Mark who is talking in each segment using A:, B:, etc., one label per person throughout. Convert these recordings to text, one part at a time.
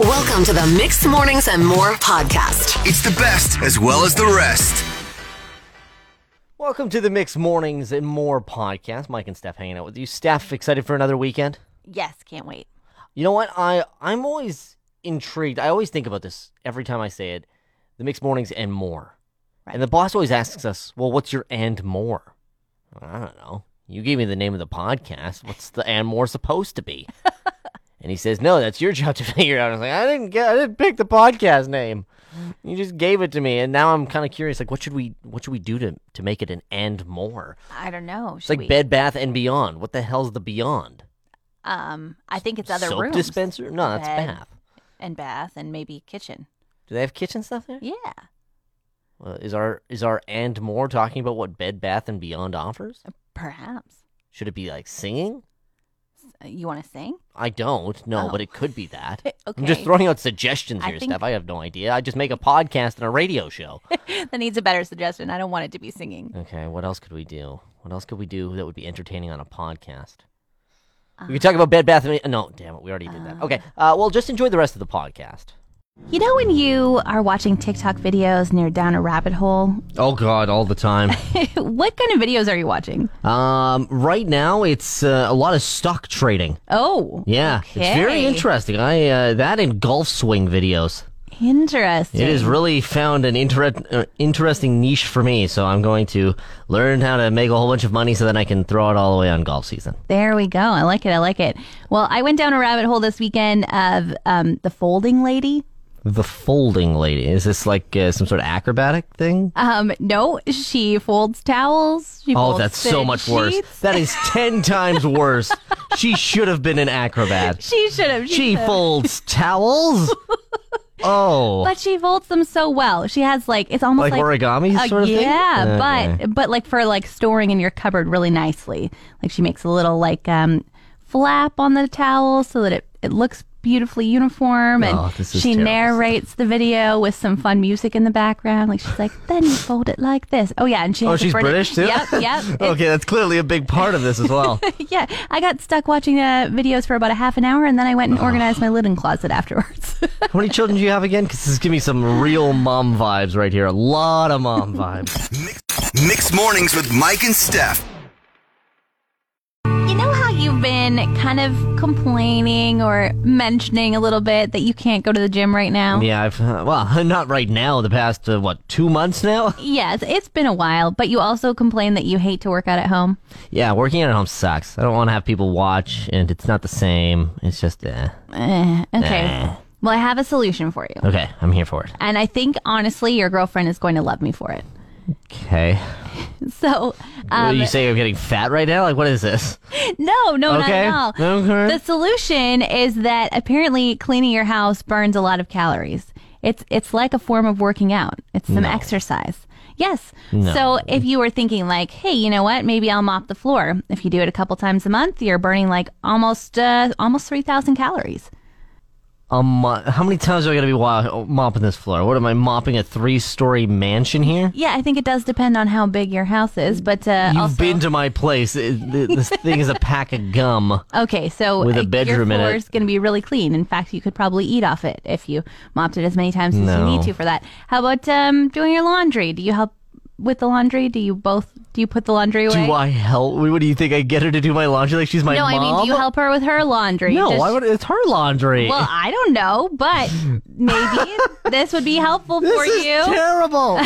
A: Welcome to the Mixed Mornings and More podcast.
B: It's the best as well as the rest.
C: Welcome to the Mixed Mornings and More podcast. Mike and Steph hanging out with you. Steph, excited for another weekend?
D: Yes, can't wait.
C: You know what? I I'm always intrigued. I always think about this every time I say it. The Mixed Mornings and More. And the boss always asks us, "Well, what's your and more?" I don't know. You gave me the name of the podcast. What's the and more supposed to be? and he says, "No, that's your job to figure out." I was like, "I didn't get. I didn't pick the podcast name. You just gave it to me." And now I'm kind of curious. Like, what should we? What should we do to to make it an and more?
D: I don't know.
C: It's like Bed Bath and Beyond. What the hell's the Beyond?
D: Um, I think it's other
C: Soap
D: rooms.
C: dispenser? No, that's
D: Bed
C: bath.
D: And bath and maybe kitchen.
C: Do they have kitchen stuff there?
D: Yeah.
C: Well, is our is our and more talking about what Bed Bath and Beyond offers?
D: Perhaps.
C: Should it be like singing?
D: Uh, You want to sing?
C: I don't know,
D: Oh.
C: but it could be that. I'm
D: Okay.
C: just throwing out suggestions
D: I
C: here,
D: think-
C: Steph. I have no idea. I just make a podcast and a radio show.
D: that needs a better suggestion. I don't want it to be singing.
C: okay, what else could we do? What else could we do that would be entertaining on a podcast? we could talk
D: Uh-huh.
C: about Bed Bath and No, damn it, we already did that. Okay, uh, well, just enjoy the rest of the podcast.
D: You know when you are watching TikTok videos and you're down a rabbit hole?
C: Oh God, all the time.
D: what kind of videos are you watching?
C: um, right now it's uh, a lot of stock trading.
D: Oh.
C: Yeah, it's very
D: okay.
C: interesting. I uh, that and golf swing videos.
D: Interesting.
C: It has really found an inter- uh, interesting niche for me, so I'm going to learn how to make a whole bunch of money so then I can throw it all away on golf season.
D: There we go. I like it. I like it. Well, I went down a rabbit hole this weekend of um, the folding lady.
C: The folding lady is this like uh, some sort of acrobatic thing?
D: Um, no, she folds towels. She
C: Oh,
D: folds
C: that's so
D: thin
C: much worse.
D: sheets.
C: That is ten times worse. She should have been an acrobat.
D: She should have.
C: She folds towels. Oh,
D: but she folds them so well. She has like it's almost
C: like,
D: like,
C: origami
D: uh,
C: sort of thing.
D: yeah,
C: Okay.
D: but but like for like storing in your cupboard really nicely. Like she makes a little like um flap on the towel so that it it looks beautifully uniform and
C: Oh, this is
D: she
C: terrible.
D: narrates the video with some fun music in the background like she's like then you fold it like this oh yeah and she
C: Oh,
D: has a
C: she's British too.
D: yep yep
C: okay, that's clearly a big part of this as well.
D: Yeah, I got stuck watching uh, videos for about a half an hour, and then I
C: Oh.
D: went and organized my linen closet afterwards.
C: How many children do you have again? Because this is giving me some real mom vibes right here. A lot of mom vibes.
B: Mixed mornings with Mike and Steph.
D: you know how you've been kind of complaining or mentioning a little bit that you can't go to the gym right now?
C: yeah, I've uh, well, not right now. The past uh, what two months now?
D: Yes, it's been a while, but you also complain that you hate to work out at home.
C: Yeah, working at home sucks. I don't want to have people watch, and it's not the same. It's just eh.
D: Eh, okay.
C: Nah.
D: Well, I have a solution for you.
C: okay. I'm here for it.
D: And I think, honestly, your girlfriend is going to love me for it.
C: Okay.
D: So,
C: What,
D: um,
C: you say I'm getting fat right now? Like what is this?
D: No, no,
C: Okay.
D: not at all.
C: Okay.
D: The solution is that apparently cleaning your house burns a lot of calories. It's it's like a form of working out. It's some exercise. Yes. So if you were thinking like, hey, you know what? Maybe I'll mop the floor. If you do it a couple times a month, you're burning like almost uh, almost three thousand calories.
C: Um, uh, how many times are I gonna be wa- mopping this floor? What am I mopping a three-story mansion here?
D: Yeah, I think it does depend on how big your house is, but uh,
C: You've
D: also,
C: been to my place. It- th- this thing is a pack of gum.
D: Okay, so
C: With a
D: uh,
C: bedroom in
D: your
C: it.
D: floor is going to be really clean. In fact, you could probably eat off it if you mopped it as many times as you
C: No.
D: need to for that. How about um, doing your laundry? Do you help with the laundry? Do you both? Do you put the laundry away?
C: Do I help? What do you think? I get her to do my laundry like she's my
D: no,
C: mom?
D: I mean, do you help her with her laundry?
C: No,
D: Does
C: why
D: she-
C: would it's her laundry?
D: Well, I don't know, but maybe this would be helpful
C: this
D: for
C: is
D: you.
C: terrible.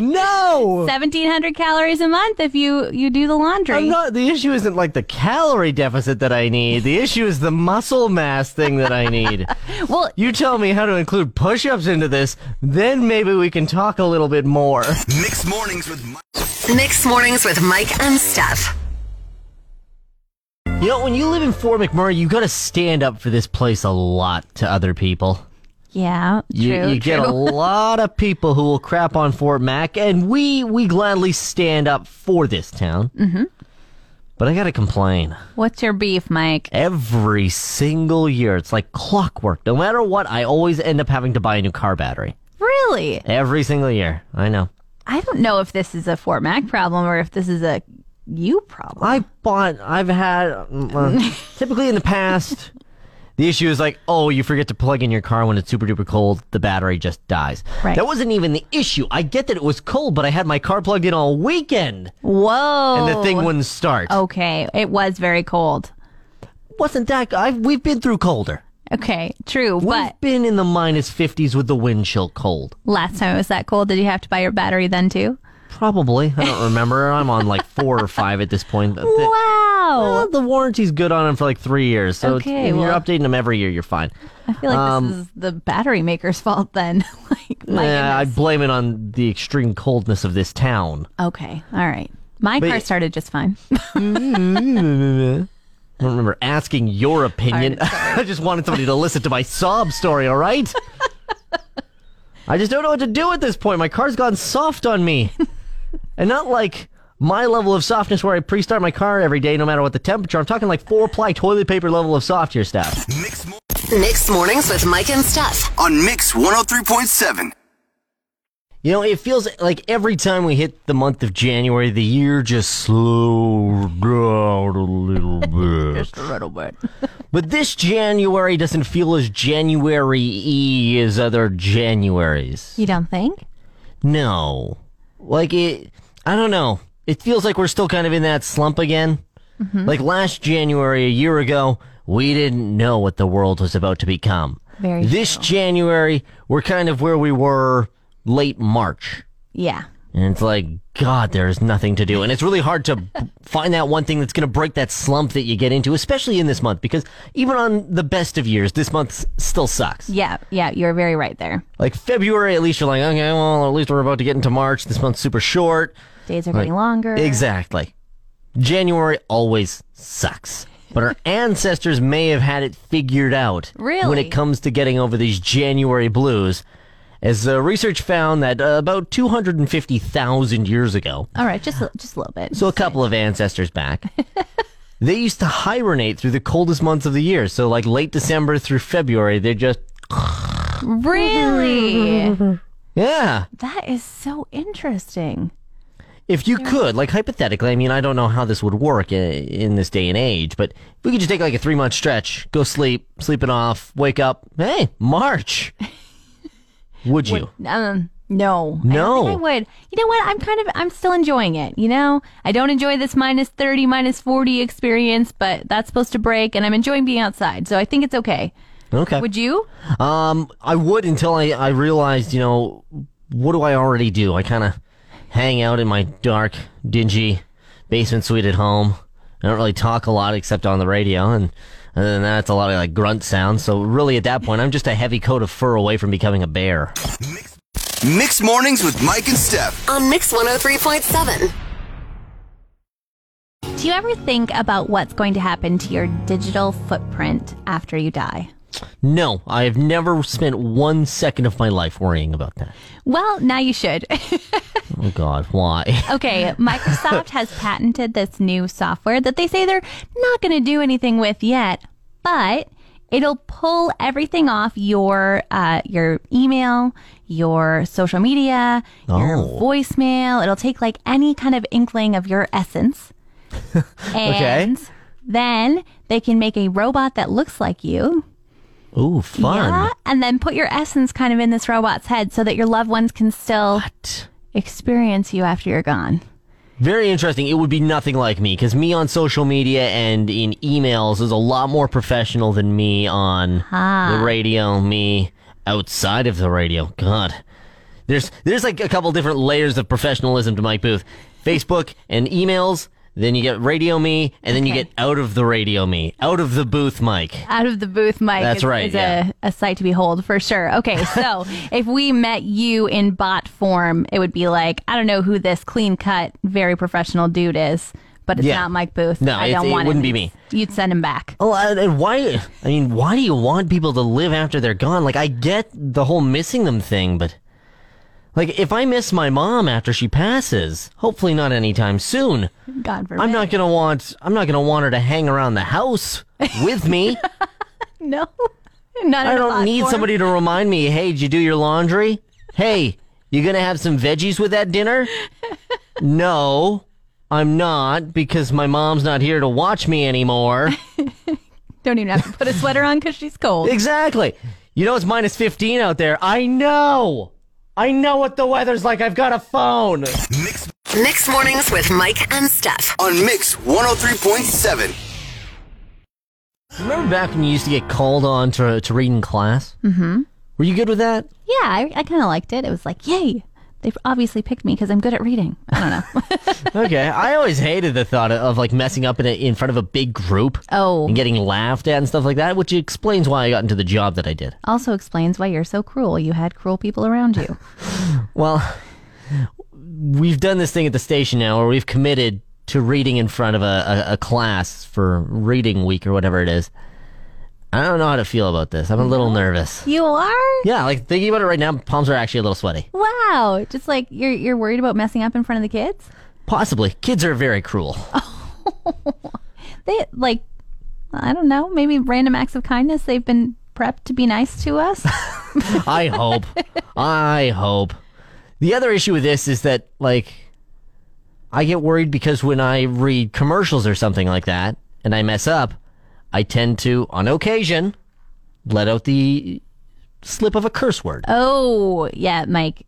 C: no,
D: Seventeen hundred calories a month if you you do the laundry.
C: I'm not. The issue isn't like the calorie deficit that I need. The issue is the muscle mass thing that I need.
D: well,
C: You tell me how to include push-ups into this, then maybe we can talk a little bit more.
B: Mixed mornings with Mike.
A: Mixed Mornings with Mike and Steph.
C: You know, when you live in Fort McMurray, you got to stand up for this place a lot to other people.
D: yeah, true.
C: You, you get a
D: true.
C: lot of people who will crap on Fort Mac, and we we gladly stand up for this town. Mm-hmm. But I gotta complain.
D: What's your beef, Mike?
C: Every single year, it's like clockwork. No matter what, I always end up having to buy a new car battery.
D: Really?
C: Every single year, I know.
D: I don't know if this is a Fort Mac problem or if this is a you problem.
C: mm, I bought. I've had uh, typically in the past. The issue is like, oh, you forget to plug in your car when it's super duper cold, the battery just dies.
D: Right.
C: That wasn't even the issue. I get that it was cold, but I had my car plugged in all weekend
D: Whoa.
C: and the thing wouldn't start.
D: Okay, it was very cold.
C: Wasn't that I we've been through colder.
D: Okay, true. But
C: we've been in the minus 50s with the wind chill cold.
D: last time it was that cold. Did you have to buy your battery then too?
C: Probably. I don't remember. I'm on like 4 or 5 at this point. The- the-
D: Wow.
C: Well, the warranty's good on them for like three years, so it's-
D: Okay,
C: if you're
D: well-
C: updating them every year. You're fine.
D: I feel like this is the battery maker's fault then. like, my
C: um, Yeah, I
D: goodness.
C: blame it on the extreme coldness of this town.
D: Okay, all right. My car started just fine.
C: I don't remember asking your opinion. I just wanted somebody to listen to my sob story, all right? I just don't know what to do at this point. My car's gone soft on me. and not like my level of softness where I pre start my car every day no matter what the temperature. I'm talking like four ply toilet paper level of soft here, Steph.
B: Mix Mo-
A: Mixed Mornings with Mike and Steph.
B: on Mix 103.7.
C: You know, it feels like every time we hit the month of January, the year just slows down a little bit.
D: Just a little bit.
C: But this January doesn't feel as January y as other Januaries.
D: You don't think?
C: No. Like it I don't know. It feels like we're still kind of in that slump again.
D: Mm-hmm.
C: Like last January a year ago, we didn't know what the world was about to become.
D: Very
C: this January, we're kind of where we were late March.
D: Yeah.
C: And it's like, God, there's nothing to do. And it's really hard to b- find that one thing that's going to break that slump that you get into, especially in this month, because even on the best of years, this month s- still sucks.
D: Yeah, yeah, you're very right there.
C: Like February, at least you're like, okay, well, at least we're about to get into March. This month's super short.
D: Days are getting longer.
C: Exactly. January always sucks. But our ancestors may have had it figured out when
D: Really?
C: it comes to getting over these January blues. As uh, research found that uh, about 250,000 years ago,
D: All right, just a- just a little bit.
C: so a couple of ancestors back. they used to hibernate through the coldest months of the year. So like late December through February, they're just
D: really?
C: yeah.
D: that is so interesting.
C: If you could, like hypothetically, I mean, I don't know how this would work i- in this day and age, but if we could just take like a three month stretch, go sleep, sleep it off, wake up, hey, March. Would you?
D: Um, no,
C: No.
D: I, don't think I would. You know what? I'm kind of I'm still enjoying it. You know, I don't enjoy this minus thirty, minus forty experience, but that's supposed to break, and I'm enjoying being outside, so I think it's okay.
C: Okay.
D: Would you?
C: Um, I would until I, I realized, you know, what do I already do? I kind of hang out in my dark, dingy basement suite at home. I don't really talk a lot except on the radio, and other than that, it's a lot of like grunt sounds. So really, at that point, I'm just a heavy coat of fur away from becoming a bear.
B: Mix Mornings with Mike and Steph.
A: On Mix 103.7.
D: Do you ever think about what's going to happen to your digital footprint after you die?
C: No, I have never spent one second of my life worrying about that.
D: Well, now you should.
C: Oh God, why?
D: okay, Microsoft has patented this new software that they say they're not going to do anything with yet, but it'll pull everything off your uh, your email, your social media, your
C: Oh.
D: voicemail. It'll take like any kind of inkling of your essence. and Then they can make a robot that looks like you.
C: Ooh, fun.
D: Yeah, and then put your essence kind of in this robot's head so that your loved ones can still experience you after you're gone.
C: Very interesting. It would be nothing like me because me on social media and in emails is a lot more professional than me on the radio. Me outside of the radio. God, there's there's like a couple different layers of professionalism to Mike Booth. Facebook and emails. Then you get radio me, and then you
D: Okay.
C: get out of the radio me, out of the booth, Mike.
D: Out of the booth, Mike.
C: That's
D: is,
C: right,
D: Is
C: yeah.
D: a, a sight to behold for sure. Okay, so if we met you in bot form, it would be like I don't know who this clean cut, very professional dude is, but it's
C: Yeah.
D: not Mike Booth.
C: No,
D: I
C: it's-
D: don't
C: it
D: want
C: wouldn't
D: him.
C: be me.
D: You'd send him back.
C: Oh, and and why? I mean, why do you want people to live after they're gone? Like, I get the whole missing them thing, but like, if I miss my mom after she passes, hopefully not anytime soon,
D: God forbid.
C: I'm not gonna want I'm not gonna want her to hang around the house with me.
D: No, not.
C: I don't need somebody to remind me. Hey, did you do your laundry? Hey, you gonna have some veggies with that dinner? No, I'm not because my mom's not here to watch me anymore.
D: Don't even have to put a sweater on because she's cold.
C: Exactly. You know it's minus 15 out there. I know. I know what the weather's like. I've got a phone.
B: Mix
A: Mix mornings with Mike and Steph.
B: on Mix 103.7.
C: Remember back when you used to get called on to, to read in class? Mm-hmm. Were you good with that?
D: Yeah, I, I kind of liked it. It was like, yay. They obviously picked me because I'm good at reading. I don't know.
C: Okay. I always hated the thought of, of like messing up in, a, in front of a big group
D: Oh,
C: and getting laughed at and stuff like that, which explains why I got into the job that I did.
D: also explains why you're so cruel. You had cruel people around you.
C: Well, we've done this thing at the station now where we've committed to reading in front of a, a, a class for reading week or whatever it is. I don't know how to feel about this. I'm a little nervous.
D: You are?
C: Yeah, like thinking about it right now, palms are actually a little sweaty.
D: Wow. Just like you're you're worried about messing up in front of the kids?
C: Possibly. Kids are very cruel.
D: They like I don't know, maybe random acts of kindness they've been prepped to be nice to us.
C: I hope. I hope. The other issue with this is that, like, I get worried because when I read commercials or something like that and I mess up, I tend to, on occasion, let out the slip of a curse word.
D: oh, yeah, Mike.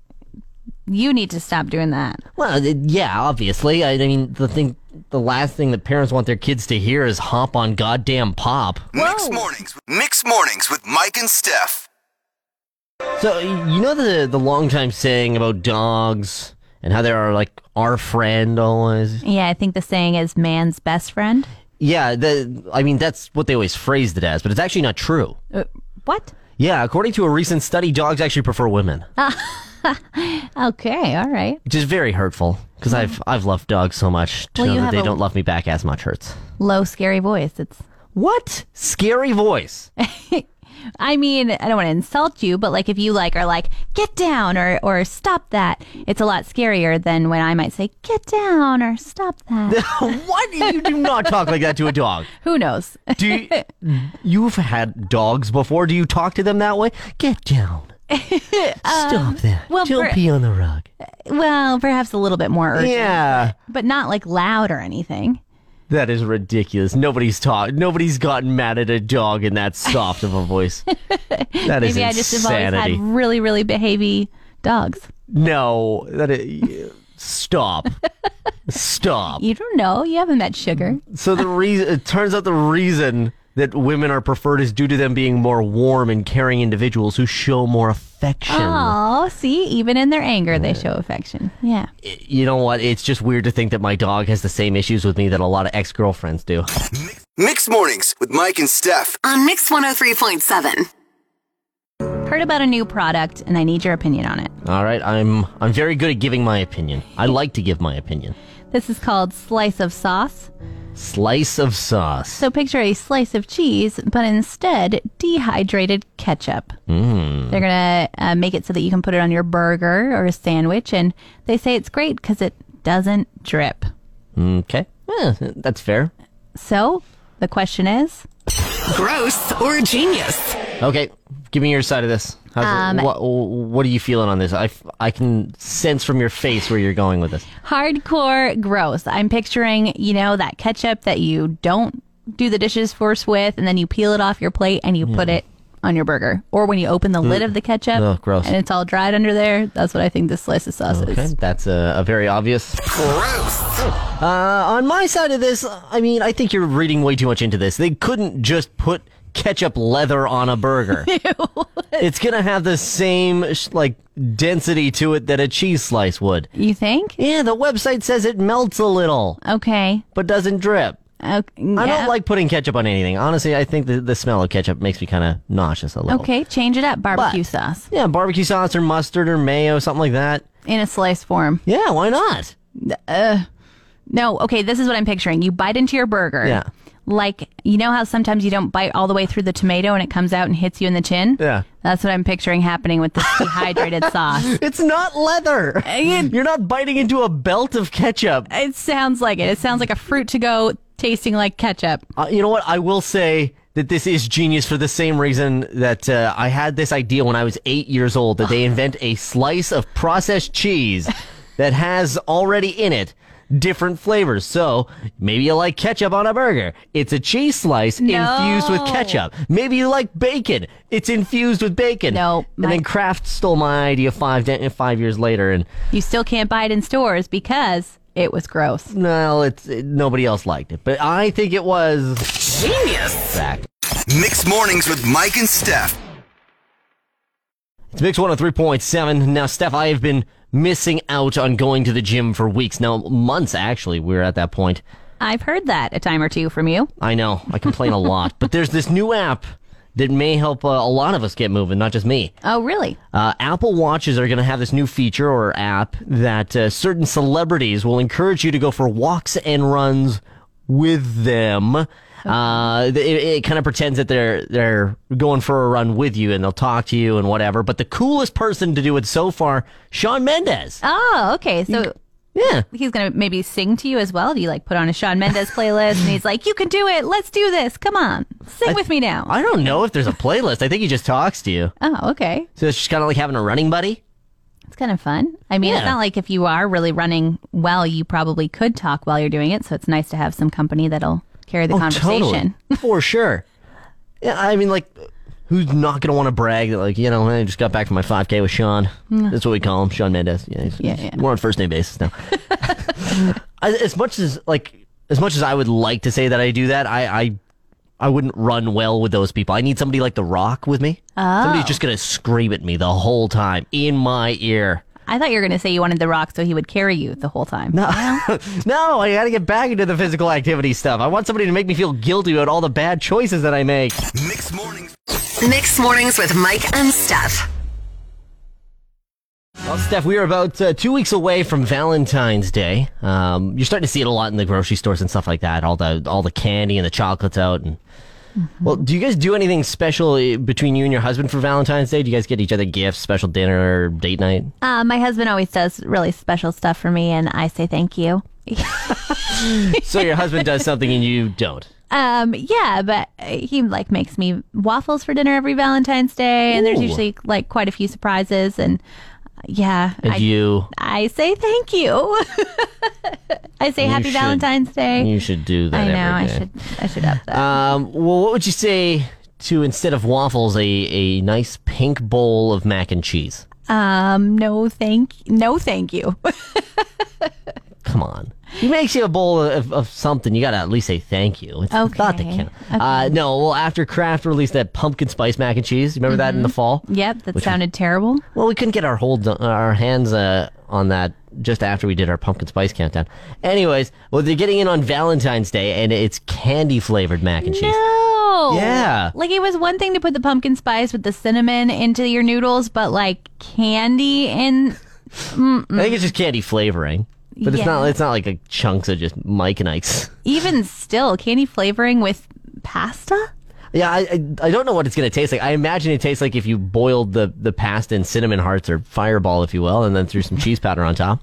D: You need to stop doing that.
C: Well, it- yeah, obviously. I mean, the thing, the last thing that parents want their kids to hear is hop on goddamn pop.
B: Mix mornings. Mix mornings with Mike and Steph.
C: So you know the the long time saying about dogs and how they are like our friend always.
D: Yeah, I think the saying is man's best friend.
C: Yeah, the I mean that's what they always phrased it as, but it's actually not true.
D: Uh, what?
C: Yeah, according to a recent study, dogs actually prefer women,
D: Uh. Okay, all right.
C: which is very hurtful because I've I've loved dogs so much to
D: Mm. Well, you
C: know that
D: have
C: they
D: a-
C: don't love me back as much hurts.
D: Low scary voice. It's
C: What scary voice?
D: I mean, I don't want to insult you, but like if you like are like get down or or stop that, it's a lot scarier than when I might say get down or stop that.
C: what you do not talk like that to a dog?
D: Who knows?
C: Do you, you've had dogs before? Do you talk to them that way? Get down. Stop that.
D: Um, well,
C: Don't
D: for- Uh,
C: pee on the rug.
D: well, perhaps a little bit more urgent,
C: Yeah,
D: but not like loud or anything.
C: that is ridiculous. Nobody's talked. Nobody's gotten mad at a dog in that soft of a voice. That is
D: Maybe I just have always
C: insanity.
D: had really really behavy dogs.
C: No, that is, stop. Stop.
D: You don't know. You haven't met Sugar.
C: So the reason it turns out the reason that women are preferred is due to them being more warm and caring individuals who show more affection.
D: Oh, see, even in their anger, they show affection. Yeah.
C: you know what? It's just weird to think that my dog has the same issues with me that a lot of ex girlfriends do.
B: Mix mornings with Mike and Steph.
A: On Mix 103.7.
D: Heard about a new product, and I need your opinion on it.
C: All right, I'm I'm very good at giving my opinion. I like to give my opinion.
D: This is called Slice of Sauce.
C: Slice of sauce.
D: So picture a slice of cheese, but instead dehydrated ketchup. Mm. They're gonna uh, make it so that you can put it on your burger or a sandwich, and they say it's great because it doesn't drip.
C: Okay, Eh, that's fair.
D: So the question is,
A: Gross or genius?
C: Okay, give me your side of this. How's
D: Um,
C: it, what, what are you feeling on this? I, f- I can sense from your face where you're going with this.
D: hardcore gross. I'm picturing you know that ketchup that you don't do the dishes first with, and then you peel it off your plate and you put it on your burger, or when you open the lid of the ketchup
C: Mm. Ugh, gross.
D: and it's all dried under there. That's what I think this slice of sauce
C: Okay,
D: is.
C: that's a, a very obvious.
B: Gross.
C: Uh, on my side of this, I mean, I think you're reading way too much into this. They couldn't just put ketchup leather on a burger. it's gonna have the same sh- like density to it that a cheese slice would.
D: You think?
C: Yeah, the website says it melts a little,
D: Uh. Okay.
C: but doesn't drip.
D: Okay.
C: I
D: yeah.
C: don't like putting ketchup on anything. Honestly, I think the, the smell of ketchup makes me kind of nauseous a little.
D: Okay, change it up. Barbecue
C: But-
D: sauce
C: Yeah, barbecue sauce or mustard or mayo, something like that.
D: in a slice form.
C: Yeah, why not?
D: No, okay, this is what I'm picturing. You bite into your burger.
C: Yeah.
D: Like, you know how sometimes you don't bite all the way through the tomato and it comes out and hits you in the chin?
C: Yeah.
D: That's what I'm picturing happening with this dehydrated sauce.
C: It's not leather.
D: it-
C: You're not biting into a belt of ketchup.
D: It sounds like it. It sounds like a fruit to go tasting like ketchup.
C: Uh, you know what? I will say that this is genius for the same reason that uh, I had this idea when I was eight years old that they invent a slice of processed cheese that has already in it different flavors. So maybe you like ketchup on a burger. It's a cheese slice infused with
D: No.
C: ketchup. Maybe you like bacon. It's infused with bacon.
D: No, my-
C: And then Kraft stole my idea five de- five years later, and
D: You still can't buy it in stores because it was gross.
C: no, it's it, nobody else liked it. But I think it was
A: Genius.
C: fact.
B: Mixed Mornings with Mike and Steph.
C: It's Mix 103.7. Now, Steph, I have been missing out on going to the gym for weeks. Now, months actually. We are at that point.
D: I've heard that a time or two from you.
C: I know. I complain a lot, but there's this new app that may help uh, a lot of us get moving, not just me.
D: Oh, really?
C: Uh, Apple Watches are going to have this new feature or app that uh, certain celebrities will encourage you to go for walks and runs with them. Uh, th- it, it kind of pretends that they're they're going for a run with you, and they'll talk to you and whatever. But the coolest person to do it so far, Sean Mendez.
D: Oh, okay. So
C: Yeah,
D: he's going to maybe sing to you as well. Do you like put on a Sean Mendes playlist and he's like, you can do it. Let's do this. Come on. Sing with me now.
C: I don't know if there's a playlist. I think he just talks to you,
D: oh, okay.
C: so it's just kind of like having a running buddy.
D: It's kind of fun. I mean, it's
C: Yeah.
D: not like if you are really running well, you probably could talk while you're doing it. So it's nice to have some company that'll carry the
C: Oh,
D: conversation.
C: Totally. For sure. Yeah, I mean, like, who's not going to want to brag that, like, you know, I just got back from my 5K with Sean. That's what we call him, Sean Mendez. Yeah, he's-
D: Mm. Yeah,
C: he's-
D: yeah.
C: We're on first name basis now. I- as much as, like, as much as I would like to say that I do that, I, I, I wouldn't run well with those people. I need somebody like The Rock with me.
D: Oh.
C: Somebody's just going to scream at me the whole time in my ear.
D: I thought you were going to say you wanted The Rock so he would carry you the whole time.
C: No, no, I got to get back into the physical activity stuff. I want somebody to make me feel guilty about all the bad choices that I make.
B: Mixed Mornings.
A: Mixed mornings with Mike and Steph.
C: Well, Steph, we are about uh, two weeks away from Valentine's Day. Um, you're starting to see it a lot in the grocery stores and stuff like that. All the all the candy and the chocolates out. And
D: Mm-hmm.
C: well, do you guys do anything special eh, between you and your husband for Valentine's Day? Do you guys get each other gifts, special dinner, date night?
D: Uh, my husband always does really special stuff for me, and I say thank you.
C: so your husband does something and you don't.
D: Um, yeah, but uh, he like makes me waffles for dinner every Valentine's Day, and there's
C: Ooh.
D: usually like quite a few surprises, and uh, yeah,
C: And
D: I,
C: you
D: I say thank you. I say Happy
C: should.
D: Valentine's Day.
C: you should do that.
D: I know I
C: every day.
D: should I should up that.
C: Um, well, what would you say to instead of waffles, a a nice pink bowl of mac and cheese?
D: um, no thank no thank you.
C: Come on. He makes you a bowl of, of something. You got to at least say thank you. It's
D: Okay.
C: not the can. Uh, no, well, after Kraft released that pumpkin spice mac and cheese, remember that
D: Mm-hmm.
C: in the fall?
D: yep, that sounded terrible.
C: Well, we couldn't get our hold our hands uh, on that just after we did our pumpkin spice countdown. Anyways, well, they're getting in on Valentine's Day, and it's candy flavored mac and cheese.
D: No.
C: Yeah.
D: Like it was one thing to put the pumpkin spice with the cinnamon into your noodles, but like candy in
C: I think it's just candy flavoring, but it's not.
D: Yeah.
C: It's not like a chunks of just Mike and Ike's.
D: even still candy flavoring with pasta?
C: Yeah, I, I I don't know what it's gonna taste like. I imagine it tastes like if you boiled the the pasta in cinnamon hearts or Fireball, if you will, and then threw some cheese powder on top.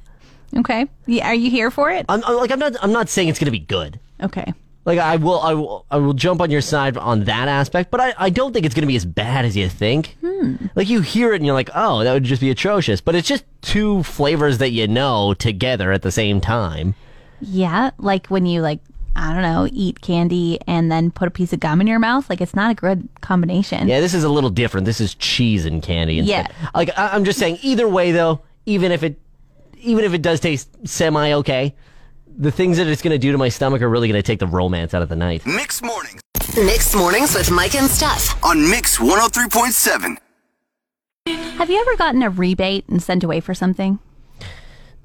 D: Okay. Yeah, are you here for it?
C: I'm, I'm like I'm not I'm not saying it's gonna be good.
D: Okay.
C: Like I will I will I will jump on your side on that aspect, but I I don't think it's gonna be as bad as you think. Like you hear it and you're like, oh, that would just be atrocious. But it's just two flavors that you know together at the same time.
D: Yeah, like when you like I don't know, eat candy and then put a piece of gum in your mouth, like it's not a good combination.
C: Yeah, this is a little different. This is cheese and candy. Instead.
D: Yeah.
C: Like I, I'm just saying, either way though, even if it, even if it does taste semi okay, the things that it's going to do to my stomach are really going to take the romance out of the night.
B: Mixed Mornings
A: Mixed mornings with Mike and Steph.
B: on Mix 103.7.
D: Have you ever gotten a rebate and sent away for something?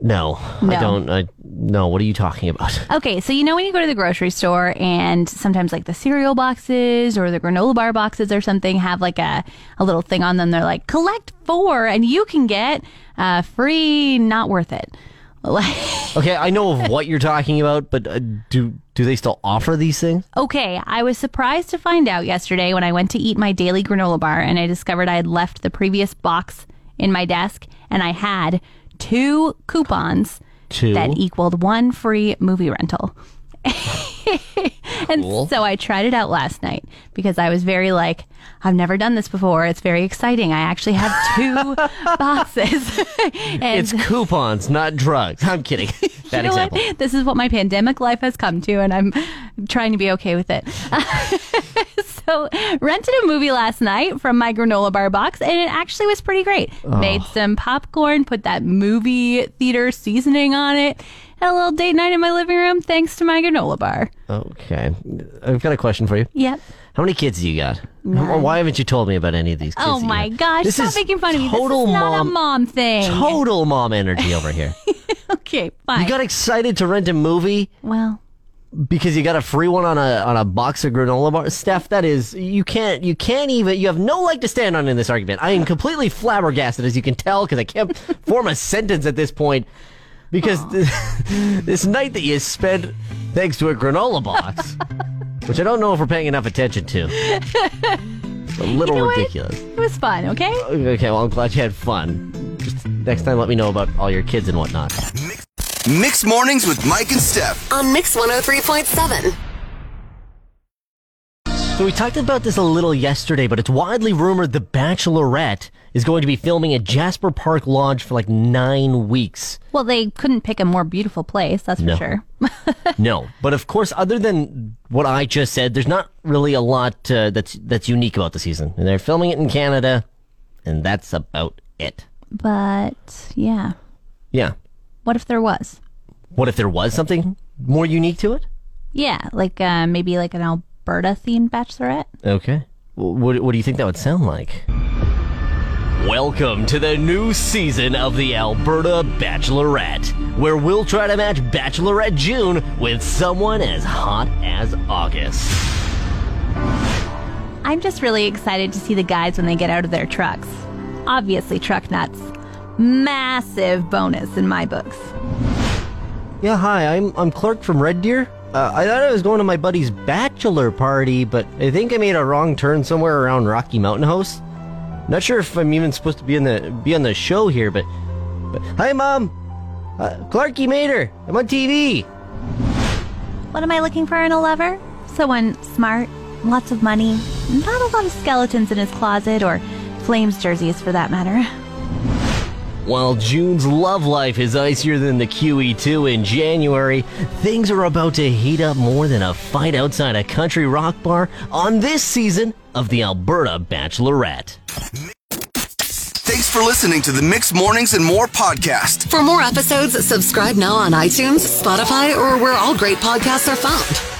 C: No, I
D: No.
C: don't. I no. What are you talking about?
D: Okay, so you know when you go to the grocery store and sometimes like the cereal boxes or the granola bar boxes or something have like a, a little thing on them. They're like, collect four and you can get uh, free, not worth it. Like,
C: Okay, I know of what you're talking about, but uh, do do they still offer these things?
D: okay, I was surprised to find out yesterday when I went to eat my daily granola bar and I discovered I had left the previous box in my desk and I had two coupons
C: Two.
D: that equaled one free movie rental. and
C: Cool.
D: so I tried it out last night because I was very like, I've never done this before. It's very exciting. I actually have two boxes. and
C: It's coupons, not drugs. I'm kidding. Bad
D: you know
C: example.
D: what? This is what my pandemic life has come to, and I'm trying to be okay with it. so, rented a movie last night from my granola bar box, and it actually was pretty great. Made some popcorn, put that movie theater seasoning on it, had a little date night in my living room thanks to my granola bar.
C: Okay, I've got a question for you.
D: Yep.
C: How many kids do you got? Or Why haven't you told me about any of these? kids
D: Oh
C: that you
D: my
C: have?
D: gosh!
C: This
D: Stop
C: is
D: making fun of me. This is
C: Total
D: not a
C: mom,
D: mom thing.
C: total mom energy over here.
D: okay, fine.
C: you got excited to rent a movie
D: well,
C: because you got a free one on a on a box of granola bars. Steph, that is you can't you can't even you have no leg to stand on in this argument. I am completely flabbergasted as you can tell because I can't form a sentence at this point because this, this night that you spent thanks to a granola box, which I don't know if we're paying enough attention to. It's a little
D: know what?
C: ridiculous.
D: it was fun. Okay.
C: Okay, well I'm glad you had fun. Just next time, let me know about all your kids and whatnot.
B: Mix Mornings with Mike and Steph.
A: on Mix 103.7.
C: So we talked about this a little yesterday, but it's widely rumored The Bachelorette is going to be filming at Jasper Park Lodge for like nine weeks.
D: Well, they couldn't pick a more beautiful place, that's
C: No.
D: for sure.
C: no, but of course, other than what I just said, there's not really a lot uh, that's that's unique about the season. And they're filming it in Canada, and that's about it.
D: But yeah,
C: Yeah.
D: what if there was?
C: What if there was something more unique to it?
D: Yeah, like uh, maybe like an Alberta themed bachelorette.
C: Okay. W- What, what do you think that would sound like? Welcome to the new season of the Alberta Bachelorette, where we'll try to match Bachelorette June with someone as hot as August.
D: I'm just really excited to see the guys when they get out of their trucks. Obviously, truck nuts. Massive bonus in my books.
C: Yeah, hi, I'm, I'm Clark from Red Deer. Uh, I thought I was going to my buddy's bachelor party, but I think I made a wrong turn somewhere around Rocky Mountain House. Not sure if I'm even supposed to be in the be on the show here, but, but hi, mom. Uh, Clarky made her. I'm on TV.
D: What am I looking for in a lover? Someone smart, lots of money, not a lot of skeletons in his closet or flames jerseys for that matter.
C: While June's love life is icier than the QE2 in January, things are about to heat up more than a fight outside a country rock bar on this season of the Alberta Bachelorette.
B: Thanks for listening to the Mix Mornings and More podcast.
A: For more episodes, subscribe now on iTunes, Spotify, or where all great podcasts are found.